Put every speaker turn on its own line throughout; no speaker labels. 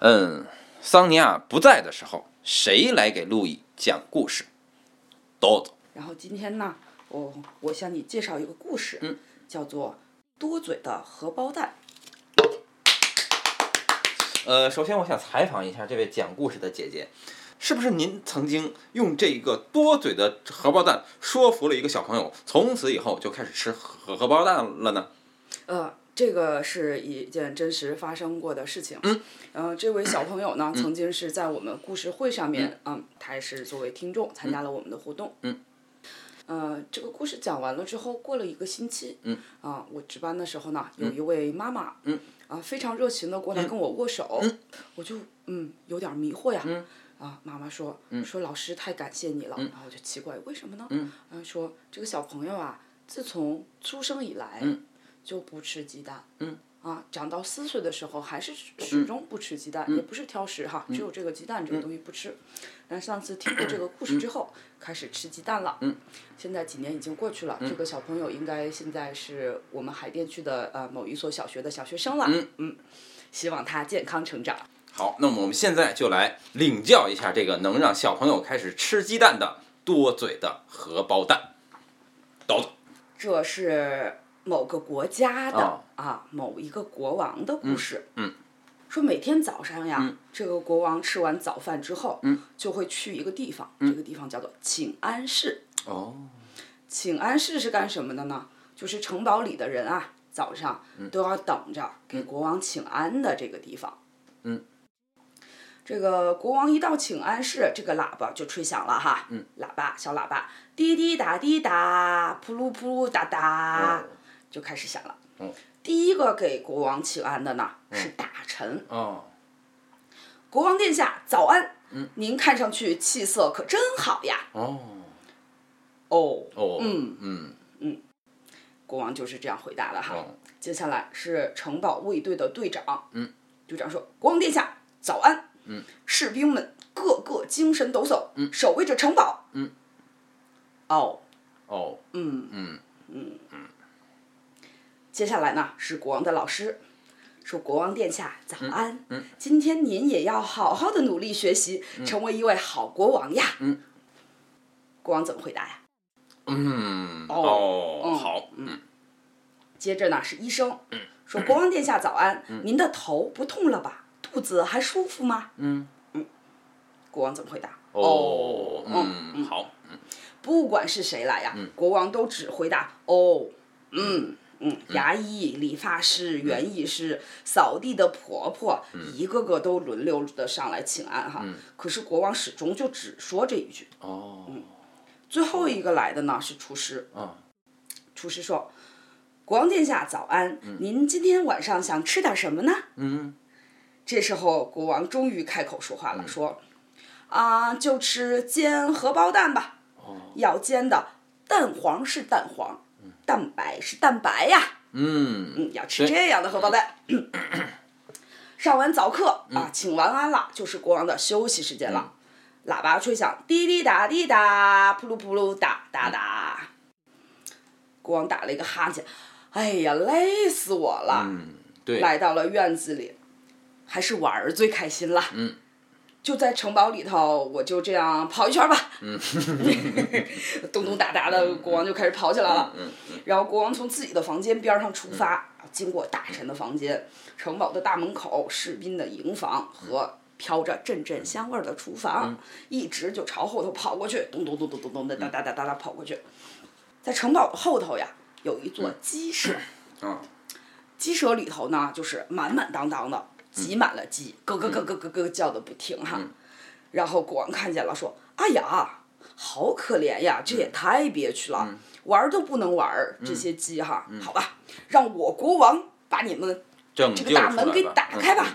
嗯，桑尼亚不在的时候，谁来给路易讲故事？豆豆，
然后今天呢，我我向你介绍一个故事，
嗯
叫做《多嘴的荷包蛋》。
呃，首先我想采访一下这位讲故事的姐姐，是不是您曾经用这个多嘴的荷包蛋说服了一个小朋友，从此以后就开始吃荷荷包蛋了呢？
呃，这个是一件真实发生过的事情。
嗯，
呃，这位小朋友呢，曾经是在我们故事会上面，嗯，他也是作为听众参加了我们的活动。
嗯。
呃，这个故事讲完了之后，过了一个星期，
嗯，
啊、我值班的时候呢，有一位妈妈，嗯，啊、非常热情的过来跟我握手，我就嗯有点迷惑呀，啊，妈妈说，说老师太感谢你了，然后我就奇怪为什么呢？嗯，说这个小朋友啊，自从出生以来，就不吃鸡蛋。嗯。啊，长到四岁的时候还是始始终不吃鸡蛋，也不是挑食哈，只有这个鸡蛋这个东西不吃。但上次听过这个故事之后，开始吃鸡蛋了。嗯。现在几年已经过去了，这个小朋友应该现在是我们海淀区的呃某一所小学的小学生了。嗯嗯。希望他健康成长。
好，那么我们现在就来领教一下这个能让小朋友开始吃鸡蛋的多嘴的荷包蛋。豆豆，
这是某个国家的、
哦
啊，某一个国王的故事。
嗯
说每天早上呀，这个国王吃完早饭之后，
嗯
就会去一个地方，这个地方叫做请安市。
哦，
请安市是干什么的呢？就是城堡里的人啊，早上都要等着给国王请安的这个地方。
嗯，
这个国王一到请安市，这个喇叭就吹响了哈。嗯，喇叭小喇叭滴滴答滴答，扑噜扑噜哒
哦
哒，就开始响了。
嗯
第一个给国王请安的呢是大臣，
哦，
国王殿下早安。
嗯
您看上去气色可真好呀！
哦，
哦，
哦，
嗯
嗯，
国王就是这样回答的哈。
哦，
接下来是城堡卫队的队长，
嗯，
队长说：“国王殿下，早安。”
嗯，
士兵们个个精神抖擞，嗯，守卫着城堡，
嗯，
哦，
哦，
嗯
嗯，
接下来呢是国王的老师，说国王殿下早安，
嗯
今天您也要好好的努力学习，成为一位好国王呀。
嗯
国王怎么回答呀？
嗯，
哦
哦，
嗯
好，嗯，
接着呢是医生，说国王殿下早安，您的头不痛了吧？肚子还舒服吗？
嗯
国王怎么回答？
哦，
嗯，
嗯，好，嗯，
不管是谁来呀，国王都只回答哦，嗯嗯，牙医、理发师、园艺
嗯
师、扫地的婆婆，一个个都轮流的上来请安
嗯
哈。可是国王始终就只说这一句。
哦，
最后一个来的呢是厨师，
啊，
厨师说：“国王殿下早安，您今天晚上想吃点什么呢？”
嗯，
这时候国王终于开口说话了，说：“啊，就吃煎荷包蛋吧，要煎的，蛋黄是蛋黄，蛋白是蛋白呀。”
嗯，
嗯，要吃这样的荷包蛋。上完早课啊，请完安了，就是国王的休息时间了。喇叭吹响，滴滴答滴答，扑噜扑噜哒哒哒。国王打了一个哈欠，哎呀，累死我了！
嗯，对，
来到了院子里，还是玩儿最开心了。
嗯。
就在城堡里头，我就这样跑一圈吧。嗯， 咚咚哒哒的，国王就开始跑起来了。
嗯
然后国王从自己的房间边上出发，经过大臣的房间、城堡的大门口、士兵的营房
嗯
和飘着阵阵香味儿的厨房，一直就朝后头跑过去，咚咚咚咚咚咚的
嗯
哒哒哒哒哒跑过去。在城堡后头呀，有一
嗯
座鸡舍，
啊，
鸡舍里头呢，就是满满当当的挤满了鸡，咯咯咯咯咯咯叫的不停哈。然后国王看见了，说：“哎呀，好可怜呀，这也太憋屈了，玩儿都不能玩儿这些鸡哈。好吧，让我国王把你们
拯
这
救
个大
出
门
来
给
吧
打开吧。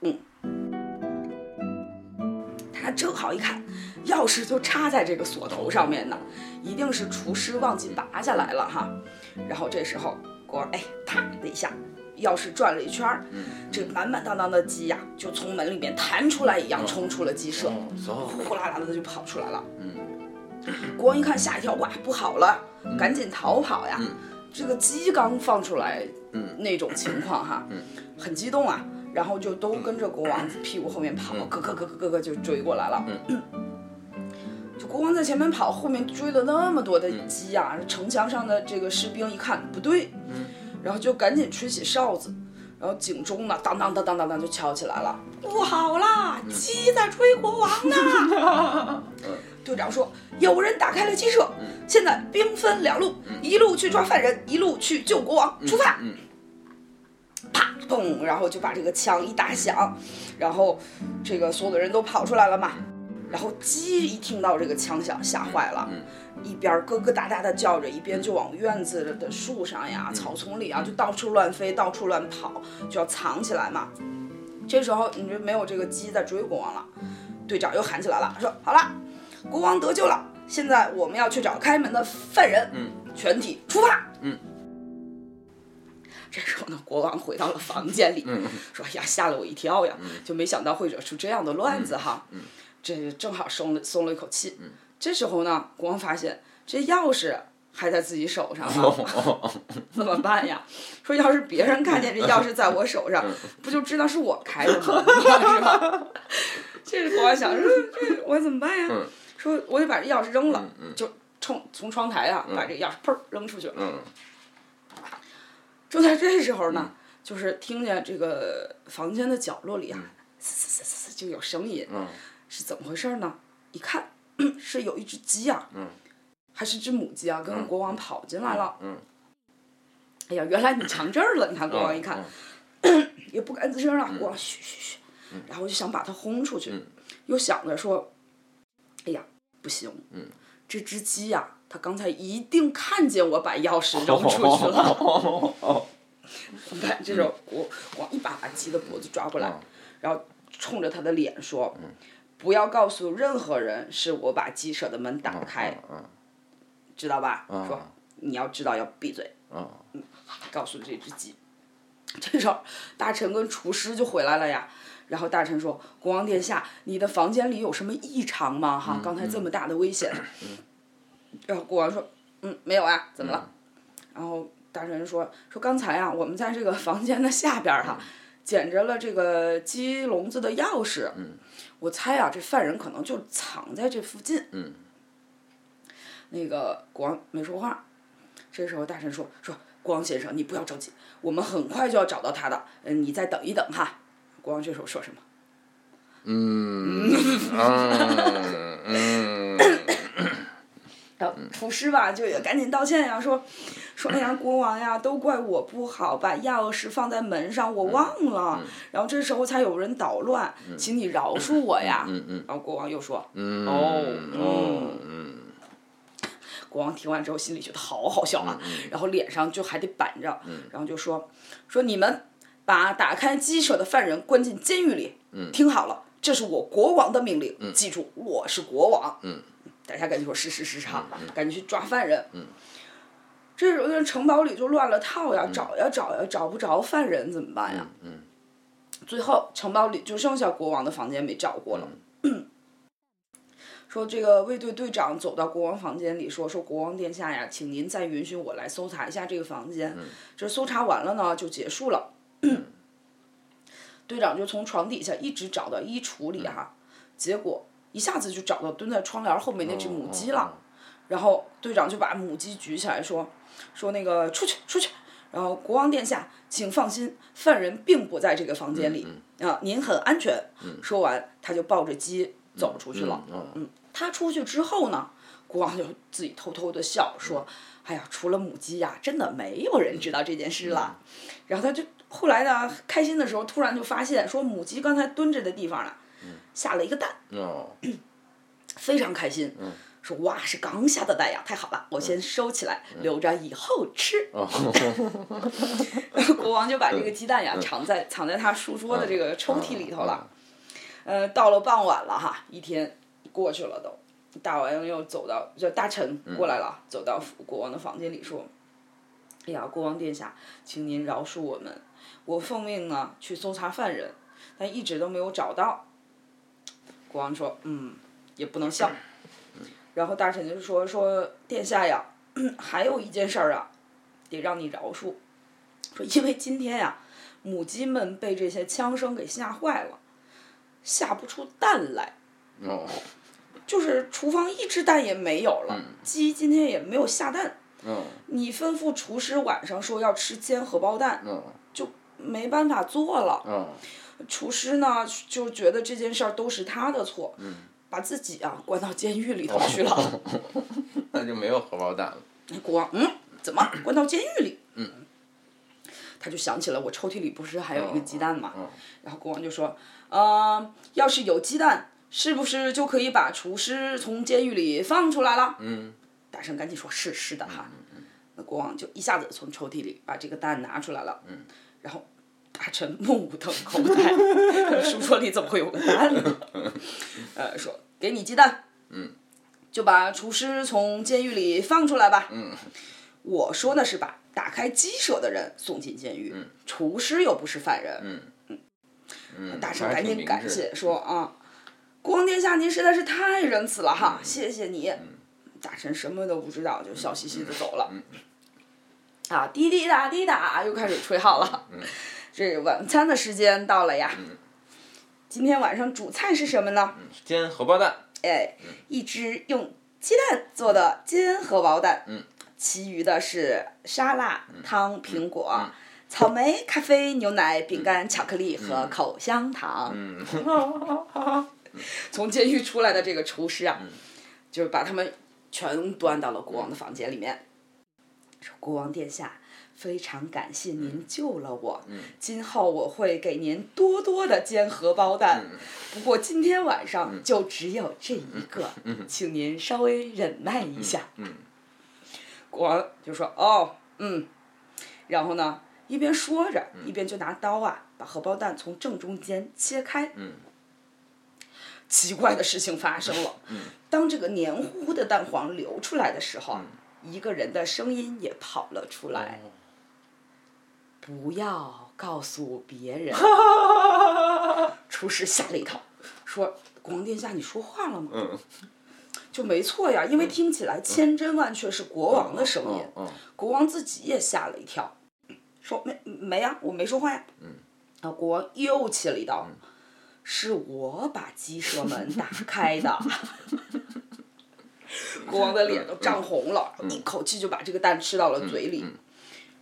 嗯嗯好，
他正好一看，钥匙就插在这个锁头上面呢，一定是厨师忘记拔下来了哈。然后这时候国王哎啪的一下，钥匙转了一圈儿，
嗯
这满满当当的鸡呀、就从门里面弹出来一样，冲出了鸡舍，
嗯走，嗯
呼啦啦的就跑出来了。国王一看吓一跳，哇，不好了，赶紧逃跑呀！这个鸡刚放出来，那种情况哈，很激动啊，然后就都跟着国王屁股后面跑，咯咯咯咯咯咯就追过来了。就国王在前面跑，后面追了那么多的鸡啊，城墙上的这个士兵一看不对，然后就赶紧吹起哨子，然后警钟呢，当当当当当当就敲起来了。不好啦，
嗯
鸡在追国王 呢！队长说，有人打开了鸡舍，
嗯
现在兵分两路，一路去抓犯人，一路去救国王，出发！
嗯
啪砰，然后就把这个枪一打响，然后这个所有的人都跑出来了嘛。然后鸡一听到这个枪响，吓嗯坏了，
嗯
一边咯咯哒哒的叫着，一边就往院子的树上呀、
嗯
草丛里啊，就到处乱飞，到处乱跑，就要藏起来嘛。这时候你就没有这个鸡在追国王了，队长又喊起来了，说：“好了，国王得救了，现在我们要去找开门的犯人，
嗯，
全体出发。”
嗯。
这时候呢，国王回到了房间
嗯
里，说：“哎呀，吓了我一跳呀，就没想到会惹出这样的乱子哈。
嗯
这正好松了松了一口气。这时候呢，国王发现这钥匙还在自己手上
嗯
呢，怎么办呀？说要是别人看见这钥匙在我手上，不就知道是我开的吗？ 是吧？ 这是国王想说，这我怎么办呀？说我得把这钥匙
嗯
扔了，就冲从窗台啊把这钥匙砰扔出去了。
嗯
就在这时候呢，就是听见这个房间的角落里啊，嘶嘶嘶嘶就有声音，
嗯
是怎么回事呢？一看 是有一只鸡啊，
嗯
还是只母鸡啊，跟着国王跑进来了。
嗯
哎呀，原来你藏这儿了！你看国王一看，
嗯
也不敢吱声了，国王嘘嘘嘘，
嗯
然后就想把它轰出去，又想着说，哎呀，不行，
嗯
这只鸡呀、它刚才一定看见我把钥匙扔出去了。
哦
你看，这时候国王一把把鸡的脖子抓过
嗯
来，然后冲着他的脸说：“不要告诉任何人是我把鸡舍的门打开，
嗯
知道吧？”
嗯
说你要知道要闭嘴，
嗯
告诉这只鸡。 这时候大臣跟厨师就回来了呀。然后大臣说：“国王殿下，你的房间里有什么异常吗？哈，刚才这么大的危险。然后国王说：“嗯，没有啊，怎么了？”然后大臣说：“说刚才啊，我们在这个房间的下边儿哈、捡着了这个鸡笼子的钥匙。我猜啊，这犯人可能就藏在这附近。
嗯
那个国王没说话。这时候大臣说：“说国王先生，你不要着急，我们很快就要找到他的。嗯，你再等一等哈。”国王这时候说什么？
啊 嗯
然后厨师吧就也赶紧道歉呀，说说哎呀，国王呀，都怪我不好，把钥匙放在门上，我忘了。
嗯
然后这时候才有人捣乱，请你饶恕我呀。
嗯嗯
然后国王又说，
嗯
哦
嗯
国王听完之后心里觉得好好笑
嗯
啊，然后脸上就还得板着，然后就说说你们把打开鸡舍的犯人关进监狱里，
嗯
听好了，这是我国王的命令，记住我是国王。
嗯
大家赶紧说是是是是哈，嗯赶紧去抓犯人。这时候那城堡里就乱了套呀，找呀找呀，找不着犯人怎么哎办呀？
嗯
最后城堡里就剩下国王的房间没找过了。说这个卫队队长走到国王房间里说：“说国王殿下呀，请您再允许我来搜查一下这个房间。
嗯
这搜查完了呢，就结束了。队长就从床底下一直找到衣橱里
嗯
哈、结果一下子就找到蹲在窗帘后面那只母
哦
鸡了。然后队长就把母鸡举起来说：“说那个出去，出去。”然后国王殿下，请放心，犯人并不在这个房间里、
嗯
啊，您很安全。说完，他就抱着鸡走出去了。
嗯嗯
他出去之后呢，国王就自己偷偷的笑说：“哎呀，除了母鸡呀、真的没有人知道这件事了。然后他就后来呢，开心的时候突然就发现说母鸡刚才蹲着的地方呢，下了一个蛋，
哦
非常开心。说哇，是刚下的蛋呀，太好了，我先收起来，留着以后吃。 国王就把这个鸡蛋呀藏在藏在他书桌的这个抽屉里头
嗯
了。呃，到了傍晚了哈，一天过去了都，大王又走到，就大臣过来了，走到国王的房间里说：“哎呀，国王殿下，请您饶恕我们，我奉命呢去搜查犯人，但一直都没有找到。”国王说：“嗯，也不能笑。”然后大臣就说：“说殿下呀， 还有一件事儿啊，得让你饶恕，说因为今天呀、母鸡们被这些枪声给吓坏了，下不出蛋来，
哦，
就是厨房一只蛋也没有了，鸡今天也没有下蛋。
嗯
你吩咐厨师晚上说要吃煎荷包蛋，
嗯
没办法做了。
嗯
厨师呢就觉得这件事儿都是他的错，把自己啊关到监狱里头去了。
那就没有荷包蛋了。
国王，嗯，怎么关到监狱里？嗯，他就想起了我抽屉里不是还有一个鸡蛋嘛，
嗯
然后国王就说，呃，要是有鸡蛋，是不是就可以把厨师从监狱里放出来了？
嗯
大圣赶紧说：“是是的哈。那国王就一下子从抽屉里把这个蛋拿出来了，然后大臣目瞪口呆，书桌里怎么会有个蛋呢？ 呃，说给你鸡蛋，就把厨师从监狱里放出来吧。我说的是把打开鸡舍的人送进监狱，厨师又不是犯人。
嗯，
嗯大
圣
圣赶紧感谢说啊，国王殿下您实在是太仁慈了哈，谢谢你。大臣什么都不知道，就笑嘻嘻的走了。啊，滴滴答滴答，又开始吹号了。 这晚餐的时间到了呀。今天晚上主菜是什么呢？
煎荷包蛋，
哎，一只用鸡蛋做的煎荷包蛋，
嗯
其余的是沙拉、汤、苹果、
嗯
草莓、咖啡、牛奶、饼干、巧克力和口香糖。
嗯
从监狱出来的这个厨师
嗯
啊，就是把他们全端到了国王的房间里面，
嗯
说：“国王殿下。”非常感谢
嗯
您救了我，今后我会给您多多的煎荷包
嗯
蛋。不过今天晚上就只有这一个，请您稍微忍耐一下。
嗯
国王就说：“哦，嗯。”然后呢，一边说着，
嗯
一边就拿刀啊，把荷包蛋从正中间切开。
嗯
奇怪的事情发生了。
嗯
当这个黏糊糊的蛋黄流出来的时候，
嗯
一个人的声音也跑了出来。
哦
不要告诉别 人。厨师吓了一跳，说：“国王殿下，你说话了吗？”
嗯
就没错呀，因为听起来千真万确是国王的声音。
嗯嗯
国王自己也吓了一跳，说没没呀、我没说话呀。嗯。啊，国王又切了一刀，是我把鸡舍门打开的。国王的脸都涨红了，一口气就把这个蛋吃到了嘴里，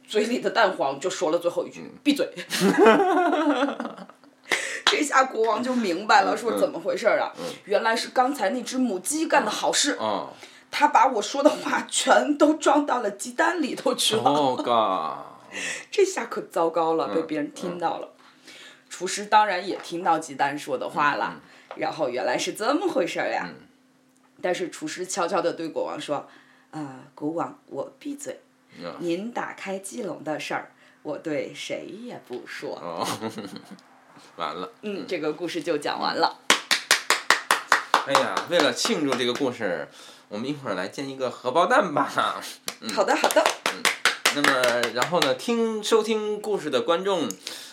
嘴里的蛋黄就说了最后一句：“闭嘴。” 这下国王就明白了，说怎么回事儿啊？原来是刚才那只母鸡干的好事，
哦
他把我说的话全都装到了鸡蛋里头去了，
哦 god，
这下可糟糕了，被别人听到了。厨师当然也听到鸡蛋说的话了，然后原来是这么回事儿呀。但是厨师悄悄地对国王说：“啊、国王，我闭嘴，
嗯
您打开鸡笼的事儿，我对谁也不说。
哦， 完了。
嗯，这个故事就讲完了。
哎呀，为了庆祝这个故事，我们一会儿来煎一个荷包蛋吧。
好的，好的，
那么，然后呢，听收听故事的观众，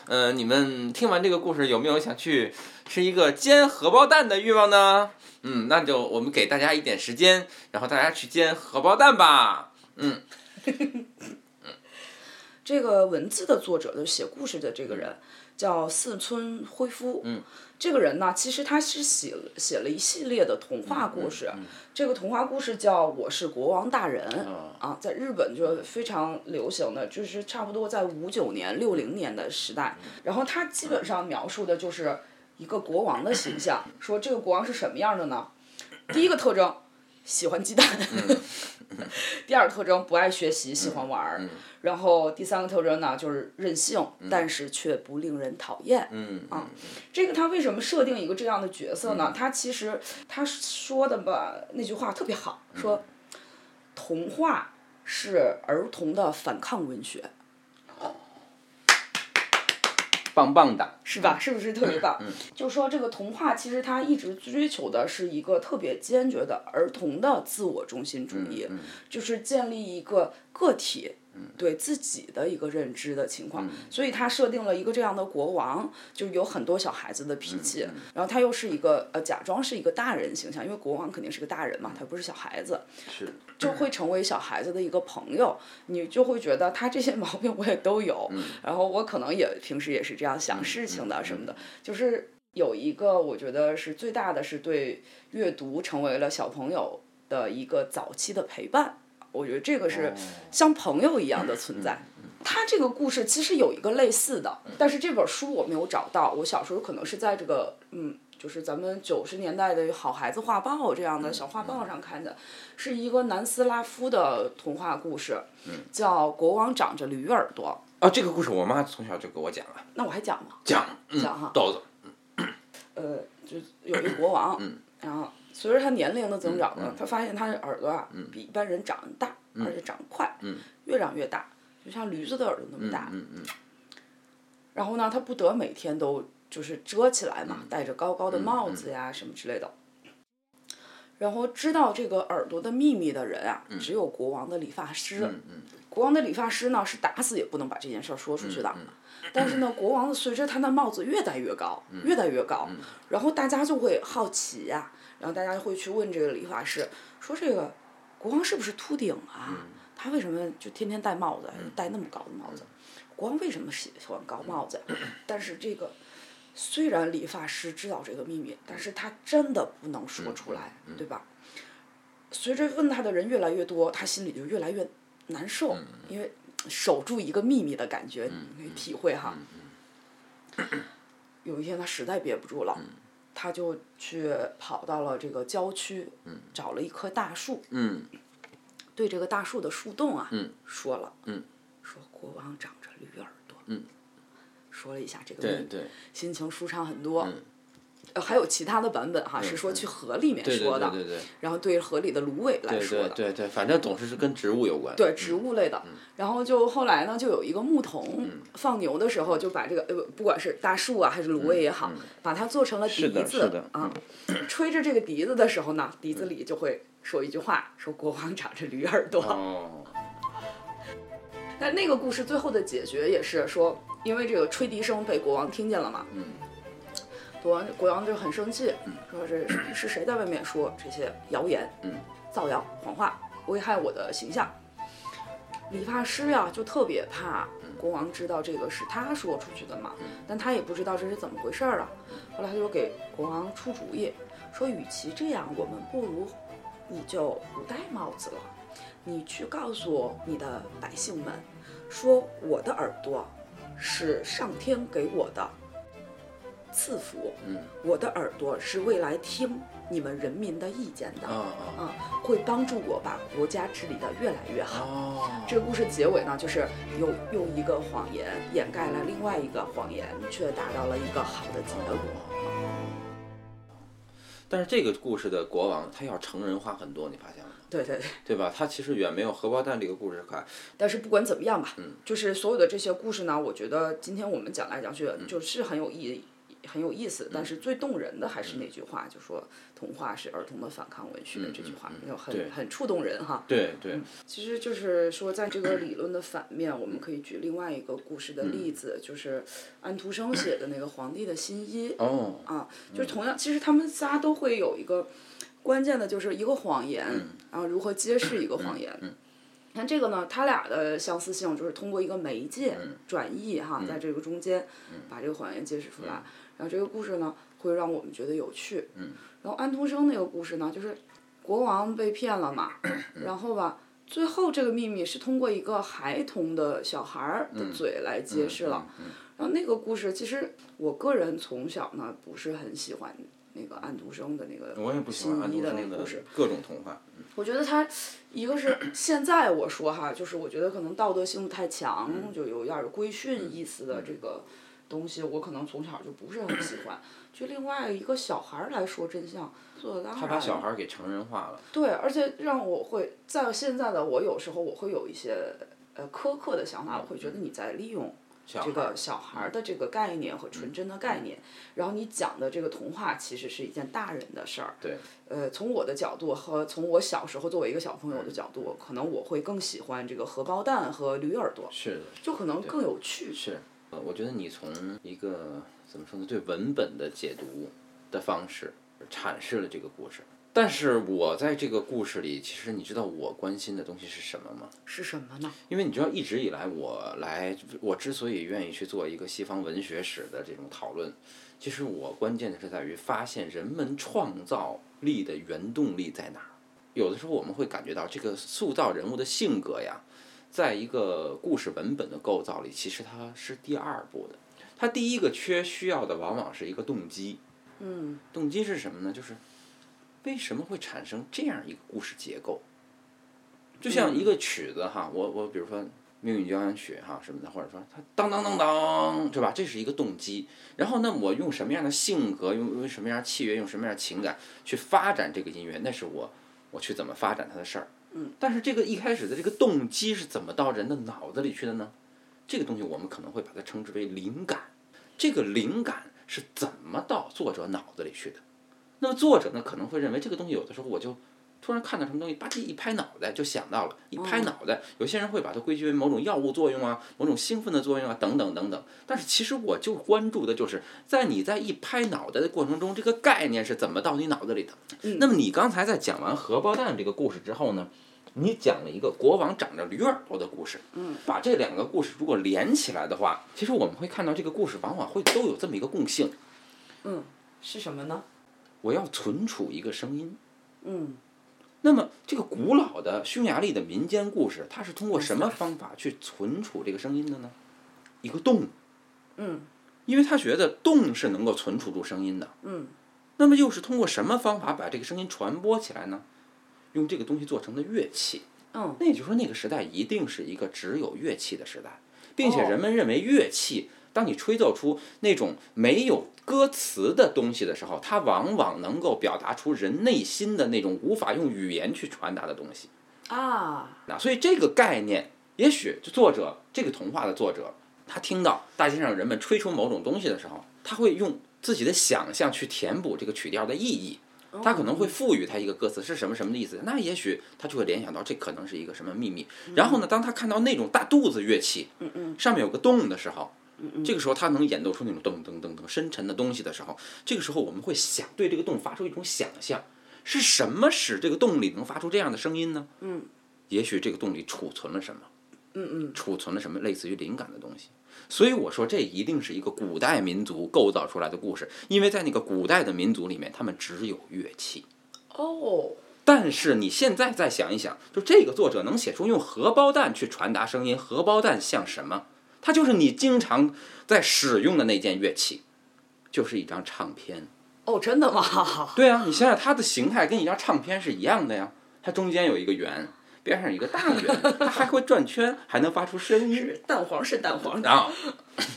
呃，你们听完这个故事有没有想去吃一个煎荷包蛋的欲望呢？嗯，那就我们给大家一点时间，然后大家去煎荷包蛋吧。
这个文字的作者，就是写故事的这个人，叫四村辉夫。
嗯，
这个人呢，其实他是写了写了一系列的童话故事。这个童话故事叫《我是国王大人》
哦
啊，在日本就非常流行的，就是差不多在五九年、六零年的时代。然后他基本上描述的就是一个国王的形象。 说这个国王是什么样的呢？第一个特征。喜欢鸡蛋， 第二个特征不爱学习，喜欢玩儿，然后第三个特征呢，就是任性，但是却不令人讨厌。
嗯
啊，这个他为什么设定一个这样的角色呢？他其实他说的吧，那句话特别好，
嗯
说童话是儿童的反抗文学，
棒棒的，
是吧？是不是特别棒？就说这个童话其实它一直追求的是一个特别坚决的儿童的自我中心主义，就是建立一个个体对自己的一个认知的情况，所以他设定了一个这样的国王，就有很多小孩子的脾气，然后他又是一个呃假装是一个大人形象，因为国王肯定是个大人嘛，他不是小孩子，
是
就会成为小孩子的一个朋友，你就会觉得他这些 毛病我也都有，然后我可能也平时也是这样想事情的什么的，就是有一个我觉得是最大的是对阅读成为了小朋友的一个早期的陪伴，我觉得这个是像朋友一样的存在。他这个故事其实有一个类似的，但是这本书我没有找到。我小时候可能是在这个嗯，就是咱们九十年代的好孩子画报这样的小画报上看的，是一个南斯拉夫的童话故事，
嗯
叫《国王长着驴耳朵》。
啊，这个故事我妈从小就给我讲了，
那我还讲吗？
讲嗯
讲哈
豆子，
呃，就有一国王，
嗯
然后随着他年龄的增长呢，他发现他的耳朵啊、
嗯
比一般人长得大，而且长得快，越长越大，就像驴子的耳朵那么大。
嗯嗯，
然后呢，他不得每天都就是遮起来嘛，戴着高高的帽子呀、什么之类的。然后知道这个耳朵的秘密的人啊，只有国王的理发师。国王的理发师呢，是打死也不能把这件事儿说出去的。但是呢，国王随着他的帽子越戴越高，越戴越高，然后大家就会好奇呀、然后大家会去问这个理发师，说这个国王是不是秃顶啊？他为什么就天天戴帽子，戴那么高的帽子？国王为什么喜欢高帽子？但是这个虽然理发师知道这个秘密，但是他真的不能说出来，对吧？随着问他的人越来越多，他心里就越来越难受，因为守住一个秘密的感觉，你可以体会哈。有一天他实在憋不住了，他就去跑到了这个郊区，找了一棵大树，
嗯
对这个大树的树洞啊，
嗯
说了，
嗯
说国王长着驴耳朵，
嗯
说了一下这个秘
对
密，
对
心情舒畅很多。
嗯
呃，还有其他的版本哈，是说去河里面
对对
说的，
对对对
然后对河里的芦苇来
对
说的，
对嗯对对，反正总是是跟植物有关。
对植物类的。然后就后来呢，就有一个牧童
嗯
放牛的时候，就把这个呃，不管是大树啊还是芦苇也好，把它做成了笛
嗯是的是
子
的嗯
啊。吹着这个笛子的时候呢，笛子里就会说一句话，说国王长着驴耳朵。
哦，
但那个故事最后的解决也是说，因为这个吹笛声被国王听见了嘛，
嗯
国王国王就很生气，说这是是谁在外面说这些谣言、
嗯
造谣、谎话，危害我的形象。理发师呀、就特别怕国王知道这个是他说出去的嘛，但他也不知道这是怎么回事儿啊。后来他就给国王出主意，说与其这样，我们不如你就不戴帽子了，你去告诉你的百姓们，说我的耳朵是上天给我的赐福，
嗯
我的耳朵是未来听你们人民的意见的，
啊啊
啊，会帮助我把国家治理的越来越好。
哦，
这个故事结尾呢，就是有用一个谎言掩盖了另外一个谎言，却达到了一个好的结
哦
果。
但是这个故事的国王他要成人化很多，你发现了吗？
对对对，
对吧？他其实远没有荷包蛋这个故事快。
但是不管怎么样吧，就是所有的这些故事呢，我觉得今天我们讲来讲去就是很有意义。很有意思，但是最动人的还是那句话，就说童话是儿童的反抗文学这句话，就很
对
很触动人哈。
对对，
其实就是说，在这个理论的反面，我们可以举另外一个故事的例子，就是安徒生写的那个《皇帝的新衣》
哦，
啊，就是同样，其实他们仨都会有一个关键的，就是一个谎言，然后如何揭示一个谎言。看这个呢，他俩的相似性就是通过一个媒介
嗯
转译哈，在这个中间把这个谎言揭示出来，
嗯
然后这个故事呢会让我们觉得有趣。然后安徒生那个故事呢，就是国王被骗了嘛，
嗯
然后吧。最后，这个秘密是通过一个孩童的小孩儿
嗯
的嘴来揭示了。然后那个故事，其实我个人从小呢不是很喜欢那个安徒生的那个
我也不喜欢安
新一
徒
的那
生
个
的
故事。
各种童话。
我觉得他一个是现在我说哈，就是我觉得可能道德性太强，就有点儿规训意思的这个东西，我可能从小就不是很喜欢。就另外一个小孩儿来说真相，做的当然
他把小孩儿给成人化了。
对，而且让我会在现在的我有时候我会有一些呃苛刻的想法，我会觉得你在利用这个小孩儿的嗯这个概念和纯真的概念，然后你讲的这个童话其实是一件大人的事儿。
对，
呃，从我的角度和从我小时候作为一个小朋友的角度，可能我会更喜欢这个荷包蛋和驴耳朵，
是的
就可能更有趣。
是，呃，我觉得你从一个怎么说呢，对文本的解读的方式阐释了这个故事。但是我在这个故事里，其实你知道我关心的东西是什么吗？
是什么呢？
因为你知道，一直以来我来，我之所以愿意去做一个西方文学史的这种讨论，其实我关键的是在于发现人们创造力的原动力在哪儿。有的时候我们会感觉到，这个塑造人物的性格呀，在一个故事文本的构造里，其实它是第二步的。它第一个缺需要的往往是一个动机。
嗯，
动机是什么呢？就是为什么会产生这样一个故事结构？就像一个曲子哈，我我比如说《命运交响曲》哈什么的，或者说它当当当当，对吧？这是一个动机。然后呢，我用什么样的性格，用用什么样的器乐，用什么样的情感去发展这个音乐，那是我我去怎么发展它的事儿。
嗯。
但是这个一开始的这个动机是怎么到人的脑子里去的呢？这个东西我们可能会把它称之为灵感。这个灵感是怎么到作者脑子里去的？那么作者呢可能会认为这个东西有的时候我就突然看到什么东西，吧唧一拍脑袋就想到了，一拍脑袋，有些人会把它归结为某种药物作用啊，某种兴奋的作用啊，等等等等。但是其实我就关注的就是在你在一拍脑袋的过程中，这个概念是怎么到你脑子里的。
嗯
那么你刚才在讲完荷包蛋这个故事之后呢，你讲了一个国王长着驴耳朵的故事。
嗯，
把这两个故事如果连起来的话，其实我们会看到这个故事往往会都有这么一个共性：
嗯，是什么呢？
我要存储一个声音。
嗯，
那么，这个古老的匈牙利的民间故事，它是通过什么方法去存储这个声音的呢？一个洞，
嗯，
因为他觉得洞是能够存储住声音的，
嗯，
那么又是通过什么方法把这个声音传播起来呢？用这个东西做成的乐器，
嗯，
那也就是说，那个时代一定是一个只有乐器的时代，并且
哦
人们认为乐器，当你吹奏出那种没有歌词的东西的时候，它往往能够表达出人内心的那种无法用语言去传达的东西。
啊，
那所以这个概念，也许就作者这个童话的作者，他听到大街上人们吹出某种东西的时候，他会用自己的想象去填补这个曲调的意义。
哦
他可能会赋予它一个歌词是什么什么的意思，那也许他就会联想到这可能是一个什么秘密。然后呢，当他看到那种大肚子乐器，
嗯嗯
上面有个洞的时候，
嗯嗯
这个时候他能演奏出那种噔噔噔噔深沉的东西的时候，这个时候我们会想对这个洞发出一种想象，是什么使这个洞里能发出这样的声音呢？
嗯，
也许这个洞里储存了什么，
嗯嗯，
储存了什么类似于灵感的东西。所以我说，这一定是一个古代民族构造出来的故事，因为在那个古代的民族里面，他们只有乐器。
哦，
但是你现在再想一想，就这个作者能写出用荷包蛋去传达声音，荷包蛋像什么？它就是你经常在使用的那件乐器，就是一张唱片。
哦，真的吗？
对啊，你想想它的形态跟一张唱片是一样的呀，它中间有一个圆，边上有一个大 圆，它还会转圈，还能发出声音。
蛋黄是蛋黄，
然后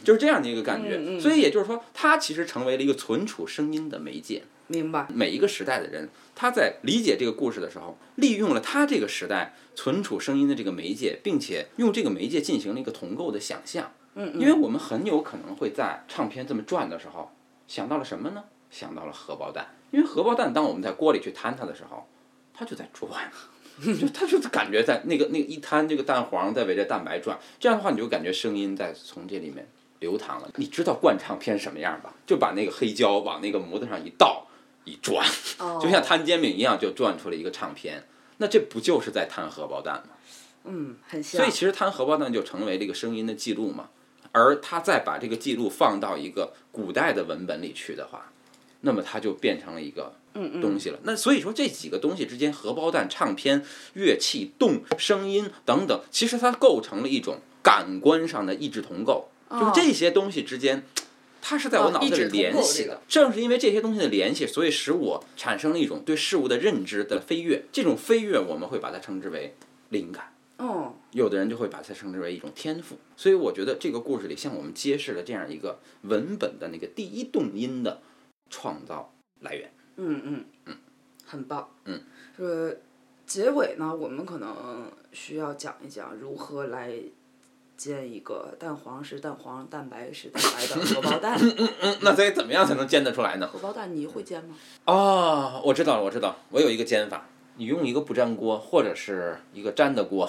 就是这样的一个感觉，
嗯嗯
所以也就是说，它其实成为了一个存储声音的媒介。
明白。
每一个时代的人，他在理解这个故事的时候，利用了他这个时代存储声音的这个媒介，并且用这个媒介进行了一个同构的想象。
嗯
因为我们很有可能会在唱片这么转的时候，想到了什么呢？想到了荷包蛋，因为荷包蛋，当我们在锅里去摊它的时候，它就在转， 就它就感觉在那个那个一摊这个蛋黄在围着蛋白转，这样的话你就感觉声音在从这里面流淌了。你知道灌唱片什么样吧？就把那个黑胶往那个模子上一倒，一转，
哦，
就像摊煎饼一样，就转出了一个唱片。那这不就是在摊荷包蛋吗？
嗯，很像
所以。其实摊荷包蛋就成为这个声音的记录嘛，而他再把这个记录放到一个古代的文本里去的话，那么它就变成了一个东西了。
嗯
那所以说这几个东西之间，荷包蛋、唱片、乐器、动、声音等等，其实它构成了一种感官上的异质同构，就是
哦
这些东西之间。它是在我
哦
脑子
异质
里
同
联
构
系
这
的
个，
正是因为这些东西的联系，所以使我产生了一种对事物的认知的飞跃。这种飞跃，我们会把它称之为灵感。
嗯
有的人就会把它称之为一种天赋。所以我觉得这个故事里向我们揭示了这样一个文本的那个第一动因的创造来源。
嗯嗯嗯，很棒。
嗯，
呃，结尾呢，我们可能需要讲一讲如何来煎一个蛋黄是蛋黄，蛋白是蛋白的荷包蛋。
嗯，那所以怎么样才能煎得出来呢？
荷包蛋你会煎吗？
哦，我知道了，我知道，我有一个煎法，你用一个不粘锅或者是一个粘的锅，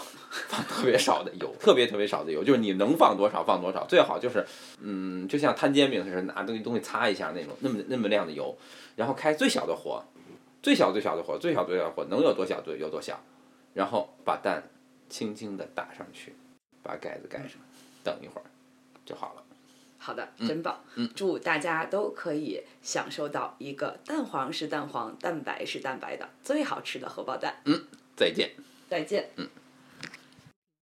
放特别少的油，特别特别少的油，就是你能放多少放多少，最好就是，嗯，就像摊煎饼似的，拿东西东西擦一下那种，那么那么量的油，然后开最小的火，最小最小的火，最小最小的火，能有多小就有多小，然后把蛋轻轻的打上去，把盖子盖上，等一会儿就好了。
好的，真棒！祝大家都可以享受到一个蛋黄是蛋黄，蛋白是蛋白的最好吃的荷包蛋。
再见。
再见。
嗯。